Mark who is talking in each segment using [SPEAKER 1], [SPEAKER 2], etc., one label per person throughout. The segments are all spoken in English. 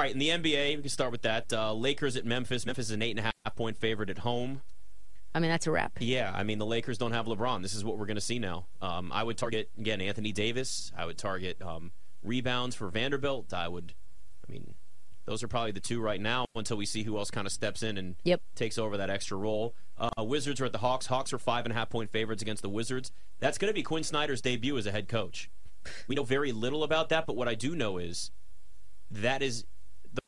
[SPEAKER 1] All right, in the NBA, we can start with that. Uh, Lakers at Memphis. Memphis is an eight and a half point favorite at home.
[SPEAKER 2] I mean, that's a wrap.
[SPEAKER 1] Yeah, I mean the Lakers don't have LeBron. This is what we're going to see now. Um, I would target again Anthony Davis. I would target um, rebounds for Vanderbilt. I would, I mean, those are probably the two right now until we see who else kind of steps in and
[SPEAKER 2] Yep.
[SPEAKER 1] takes over that extra role. Uh, Wizards are at the Hawks. Hawks are five and a half point favorites against the Wizards. That's going to be Quinn Snyder's debut as a head coach. We know very little about that, but what I do know is that is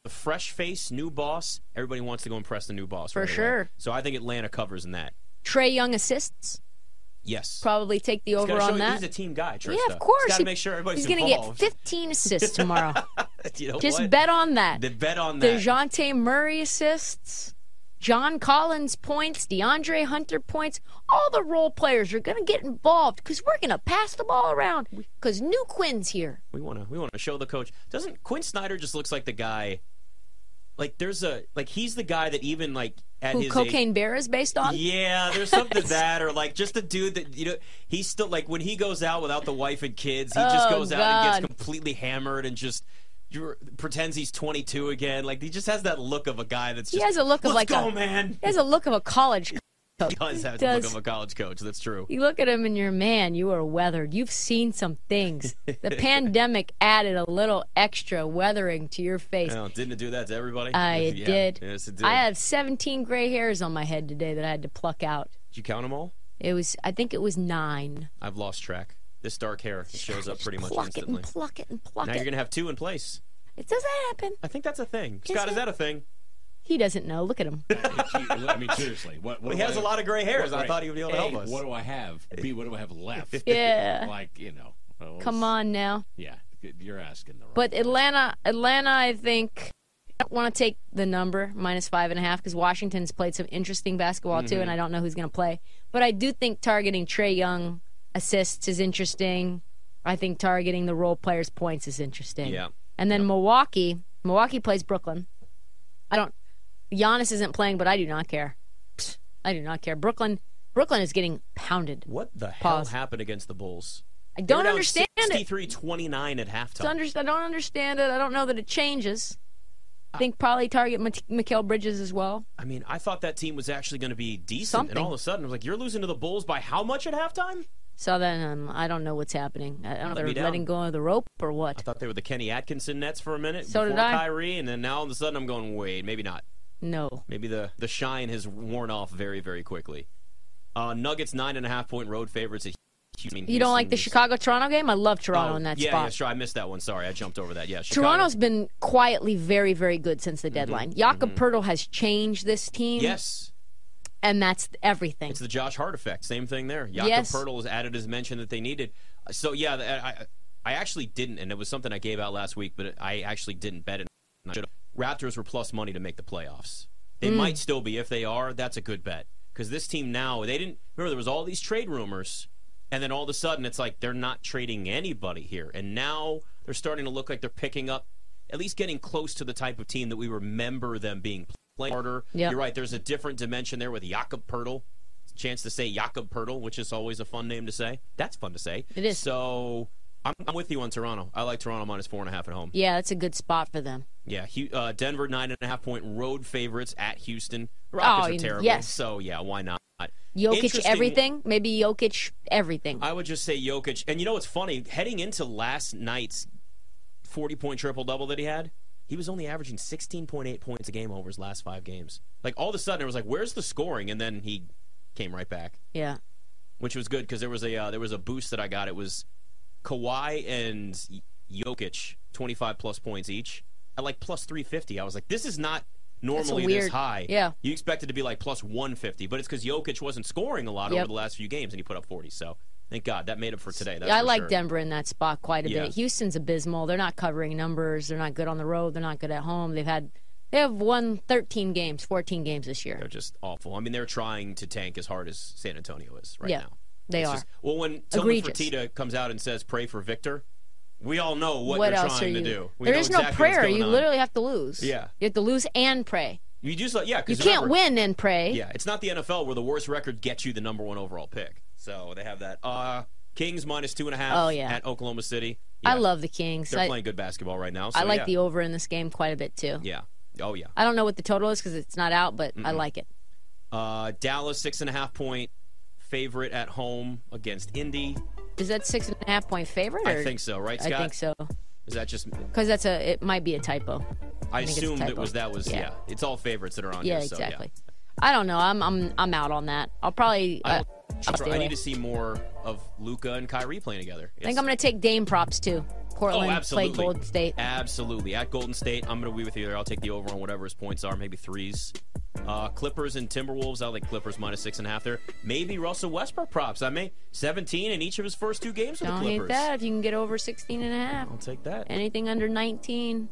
[SPEAKER 1] the fresh face, new boss. Everybody wants to go impress the new boss.
[SPEAKER 2] For
[SPEAKER 1] right away.
[SPEAKER 2] sure.
[SPEAKER 1] So I think Atlanta covers in that.
[SPEAKER 2] Trey Young assists.
[SPEAKER 1] Yes.
[SPEAKER 2] Probably take the
[SPEAKER 1] He's gotta
[SPEAKER 2] over
[SPEAKER 1] show
[SPEAKER 2] on
[SPEAKER 1] you
[SPEAKER 2] that.
[SPEAKER 1] He's a team guy, Trista.
[SPEAKER 2] Yeah, of course.
[SPEAKER 1] He's got to
[SPEAKER 2] He-
[SPEAKER 1] make sure everybody's
[SPEAKER 2] He's going to get
[SPEAKER 1] involved.
[SPEAKER 2] 15 assists tomorrow.
[SPEAKER 1] you know
[SPEAKER 2] Just
[SPEAKER 1] what?
[SPEAKER 2] bet on that.
[SPEAKER 1] The bet on that.
[SPEAKER 2] DeJounte Murray assists, John Collins points, DeAndre Hunter points. All the role players are going to get involved because we're going to pass the ball around because new Quinn's here.
[SPEAKER 1] we want to we want to show the coach doesn't quinn snyder just looks like the guy like there's a like he's the guy that even like at
[SPEAKER 2] Who
[SPEAKER 1] his age,
[SPEAKER 2] Cocaine Bear is based on?
[SPEAKER 1] yeah there's something to that or like just a dude that you know he's still like when he goes out without the wife and kids he just
[SPEAKER 2] Oh,
[SPEAKER 1] goes out and
[SPEAKER 2] God.
[SPEAKER 1] gets completely hammered and just you're, pretends he's 22 again like he just has that look of a guy that's
[SPEAKER 2] He
[SPEAKER 1] just
[SPEAKER 2] has a look of
[SPEAKER 1] let's
[SPEAKER 2] like
[SPEAKER 1] go
[SPEAKER 2] a-
[SPEAKER 1] man
[SPEAKER 2] He has a look of a college.
[SPEAKER 1] he does have the
[SPEAKER 2] does.
[SPEAKER 1] look of a college coach that's true
[SPEAKER 2] You look at him and you're, man, you are weathered. You've seen some things. The pandemic added a little extra weathering to your face.
[SPEAKER 1] Oh, didn't it do that to everybody
[SPEAKER 2] I it
[SPEAKER 1] Yeah.
[SPEAKER 2] did.
[SPEAKER 1] yes it did
[SPEAKER 2] I have 17 gray hairs on my head today that I had to pluck out.
[SPEAKER 1] did you count them all
[SPEAKER 2] It was, I think it was nine.
[SPEAKER 1] I've lost track. This dark hair shows up pretty much
[SPEAKER 2] pluck
[SPEAKER 1] instantly.
[SPEAKER 2] it and pluck it and pluck
[SPEAKER 1] Now
[SPEAKER 2] it.
[SPEAKER 1] you're gonna have two in place.
[SPEAKER 2] It doesn't happen.
[SPEAKER 1] I think that's a thing. Scott, is
[SPEAKER 2] it?
[SPEAKER 1] that a thing?
[SPEAKER 2] He doesn't know. Look at him.
[SPEAKER 3] I mean, seriously, what? what
[SPEAKER 1] He
[SPEAKER 3] do
[SPEAKER 1] has
[SPEAKER 3] I-
[SPEAKER 1] a lot of gray hairs. I
[SPEAKER 3] Right.
[SPEAKER 1] thought he would be able to
[SPEAKER 3] A,
[SPEAKER 1] help us.
[SPEAKER 3] What do I have? B, what do I have left?
[SPEAKER 2] Yeah.
[SPEAKER 3] like you know. well,
[SPEAKER 2] Come on now.
[SPEAKER 3] Yeah, you're asking the wrong.
[SPEAKER 2] But Atlanta, Atlanta, I think. I don't want to take the number minus five and a half because Washington's played some interesting basketball too,
[SPEAKER 1] Mm-hmm.
[SPEAKER 2] and I don't know who's going to play. But I do think targeting Trey Young assists is interesting. I think targeting the role players' points is interesting.
[SPEAKER 1] Yeah.
[SPEAKER 2] And then Milwaukee, Milwaukee plays Brooklyn. I don't. Giannis isn't playing, but I do not care. Psst, I do not care. Brooklyn, Brooklyn is getting pounded.
[SPEAKER 1] What the
[SPEAKER 2] Pause.
[SPEAKER 1] hell happened against the Bulls?
[SPEAKER 2] I don't understand it.
[SPEAKER 1] 63 29 at halftime.
[SPEAKER 2] Under, I don't understand it. I don't know that it changes. I think probably target Mik- Mikael Bridges as well.
[SPEAKER 1] I mean, I thought that team was actually going to be decent,
[SPEAKER 2] Something.
[SPEAKER 1] and all of a sudden, I was like, "You're losing to the Bulls by how much at halftime?"
[SPEAKER 2] So then um, I don't know what's happening. I don't know if
[SPEAKER 1] Let me
[SPEAKER 2] they're
[SPEAKER 1] down.
[SPEAKER 2] letting go of the rope or
[SPEAKER 1] I
[SPEAKER 2] what.
[SPEAKER 1] thought they were the Kenny Atkinson Nets for a minute
[SPEAKER 2] So
[SPEAKER 1] before
[SPEAKER 2] did I.
[SPEAKER 1] Kyrie, and then now all of a sudden, I'm going, "Wait, maybe not."
[SPEAKER 2] No.
[SPEAKER 1] Maybe the, the shine has worn off very, very quickly. Uh, Nuggets nine and a half point road favorites at Houston. I mean,
[SPEAKER 2] You don't like the
[SPEAKER 1] Houston
[SPEAKER 2] Chicago Toronto game? I love
[SPEAKER 1] is-
[SPEAKER 2] Toronto in that
[SPEAKER 1] Oh, yeah,
[SPEAKER 2] spot.
[SPEAKER 1] Yeah, sure. I missed that one. Sorry, I jumped over that. Yeah, Chicago. Mm-hmm.
[SPEAKER 2] Toronto's been quietly very, very good since the deadline. Jakob Pertl has changed this team,
[SPEAKER 1] Yes,
[SPEAKER 2] and that's everything.
[SPEAKER 1] it's the Josh Hart effect. Same thing there. Jakob
[SPEAKER 2] Yes.
[SPEAKER 1] Pertl has added his mention that they needed. Uh, So yeah, th- I, I I actually didn't, and it was something I gave out last week, but I actually didn't bet it. and I should've. Raptors were plus money to make the playoffs. They
[SPEAKER 2] Hmm.
[SPEAKER 1] might still be. If they are, that's a good bet because this team now they didn't remember there was all these trade rumors, and then all of a sudden it's like they're not trading anybody here, and now they're starting to look like they're picking up, at least getting close to the type of team that we remember them being. Playing harder.
[SPEAKER 2] Yep.
[SPEAKER 1] You're right. There's a different dimension there with Jakob Pertl. Chance to say Jakob Pertl, which is always a fun name to say. That's fun to say.
[SPEAKER 2] It is.
[SPEAKER 1] So I'm, I'm with you on Toronto. I like Toronto minus four and a half at home.
[SPEAKER 2] yeah, that's a good spot for them.
[SPEAKER 1] Yeah, Hu- uh, Denver nine and a half point road favorites at Houston. The Rockets
[SPEAKER 2] Oh,
[SPEAKER 1] are terrible.
[SPEAKER 2] yes.
[SPEAKER 1] So yeah, why not?
[SPEAKER 2] Jokic,
[SPEAKER 1] Interesting-
[SPEAKER 2] everything. Maybe Jokic, everything.
[SPEAKER 1] I would just say Jokic. And you know what's funny? Heading into last night's forty point triple double that he had, he was only averaging sixteen point eight points a game over his last five games. Like all of a sudden, it was like, where's the scoring? And then he came right back,
[SPEAKER 2] yeah.
[SPEAKER 1] which was good because there was a uh, there was a boost that I got. It was Kawhi and Jokic twenty five plus points each. At like plus three fifty, I was like, this is not. Normally
[SPEAKER 2] weird-
[SPEAKER 1] this high,
[SPEAKER 2] yeah.
[SPEAKER 1] You expect it to be like plus 150, but it's because Jokic wasn't scoring a lot
[SPEAKER 2] Yep.
[SPEAKER 1] over the last few games, and he put up 40. So thank God that made up for today. That's
[SPEAKER 2] Yeah, I
[SPEAKER 1] for
[SPEAKER 2] like
[SPEAKER 1] sure.
[SPEAKER 2] Denver in that spot quite a
[SPEAKER 1] Yeah.
[SPEAKER 2] bit. Houston's abysmal. They're not covering numbers. They're not good on the road. They're not good at home. They've had they have won 13 games, 14 games this year.
[SPEAKER 1] They're just awful. I mean, they're trying to tank as hard as San Antonio is right
[SPEAKER 2] Yeah,
[SPEAKER 1] now.
[SPEAKER 2] They
[SPEAKER 1] It's
[SPEAKER 2] are.
[SPEAKER 1] just- well, when Tillman
[SPEAKER 2] Egregious.
[SPEAKER 1] Fertitta comes out and says, "Pray for Victor," we all know what,
[SPEAKER 2] what
[SPEAKER 1] they're
[SPEAKER 2] else are
[SPEAKER 1] trying
[SPEAKER 2] you?
[SPEAKER 1] to do. We
[SPEAKER 2] there
[SPEAKER 1] know
[SPEAKER 2] is no
[SPEAKER 1] exactly what's
[SPEAKER 2] prayer.
[SPEAKER 1] going
[SPEAKER 2] You
[SPEAKER 1] on.
[SPEAKER 2] literally have to lose.
[SPEAKER 1] Yeah.
[SPEAKER 2] You have to lose and pray.
[SPEAKER 1] you just like yeah,
[SPEAKER 2] You
[SPEAKER 1] 'cause
[SPEAKER 2] can't
[SPEAKER 1] remember-
[SPEAKER 2] win and pray.
[SPEAKER 1] Yeah, it's not the NFL where the worst record gets you the number one overall pick. So they have that. Uh, Kings minus two and a half
[SPEAKER 2] Oh, yeah.
[SPEAKER 1] at Oklahoma City.
[SPEAKER 2] I
[SPEAKER 1] Yeah,
[SPEAKER 2] love the Kings.
[SPEAKER 1] They're
[SPEAKER 2] I,
[SPEAKER 1] playing good basketball right now.
[SPEAKER 2] I
[SPEAKER 1] so
[SPEAKER 2] like
[SPEAKER 1] yeah.
[SPEAKER 2] the over in this game quite a bit too.
[SPEAKER 1] Yeah. Oh yeah.
[SPEAKER 2] I don't know what the total is because it's not out, but I
[SPEAKER 1] Mm-mm.
[SPEAKER 2] like it.
[SPEAKER 1] Uh, Dallas six and a half point favorite at home against Indy.
[SPEAKER 2] Is that six and a half point favorite? Or
[SPEAKER 1] I think so, right,
[SPEAKER 2] I
[SPEAKER 1] Scott?
[SPEAKER 2] think so
[SPEAKER 1] Is that just?
[SPEAKER 2] because that's a. It might be a typo.
[SPEAKER 1] I,
[SPEAKER 2] think it's a
[SPEAKER 1] assumed it
[SPEAKER 2] typo.
[SPEAKER 1] was that was yeah.
[SPEAKER 2] Yeah.
[SPEAKER 1] It's all favorites that are on
[SPEAKER 2] Yeah,
[SPEAKER 1] here.
[SPEAKER 2] exactly. I don't know. I'm I'm I'm out on that. I'll probably. uh,
[SPEAKER 1] So, yeah.
[SPEAKER 2] I,
[SPEAKER 1] I,
[SPEAKER 2] stay
[SPEAKER 1] I
[SPEAKER 2] away.
[SPEAKER 1] need to see more of Luca and Kyrie playing together. Oh,
[SPEAKER 2] I think I'm going to take Dame props too. Portland
[SPEAKER 1] absolutely.
[SPEAKER 2] played Golden State.
[SPEAKER 1] Absolutely. At Golden State, I'm going to be with you there. I'll take the over on whatever his points are, maybe threes. Uh, Clippers and Timberwolves, I like Clippers minus six and a half there. Maybe Russell Westbrook props. I may 17 in each of his first two games with
[SPEAKER 2] Don't
[SPEAKER 1] the Clippers.
[SPEAKER 2] hate that if you can get over 16 and a half.
[SPEAKER 1] I'll take that.
[SPEAKER 2] Anything under 19,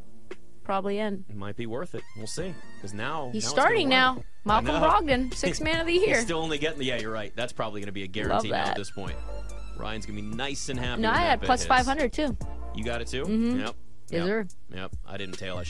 [SPEAKER 2] probably in.
[SPEAKER 1] It might be worth it. We'll see. Because now
[SPEAKER 2] He's
[SPEAKER 1] now it's gonna
[SPEAKER 2] starting
[SPEAKER 1] work.
[SPEAKER 2] now. Malcolm
[SPEAKER 1] know.
[SPEAKER 2] Brogdon, six man of the
[SPEAKER 1] He's
[SPEAKER 2] year.
[SPEAKER 1] still only getting. Yeah, you're right. That's probably going to be a guarantee now at
[SPEAKER 2] that.
[SPEAKER 1] this point. Ryan's going to be nice and happy.
[SPEAKER 2] no,
[SPEAKER 1] when
[SPEAKER 2] I
[SPEAKER 1] that
[SPEAKER 2] had
[SPEAKER 1] bet
[SPEAKER 2] plus
[SPEAKER 1] hits.
[SPEAKER 2] 500 too.
[SPEAKER 1] You got it too. Yep.
[SPEAKER 2] Yes,
[SPEAKER 1] yep.
[SPEAKER 2] sir.
[SPEAKER 1] Yep. I didn't tail. I should have.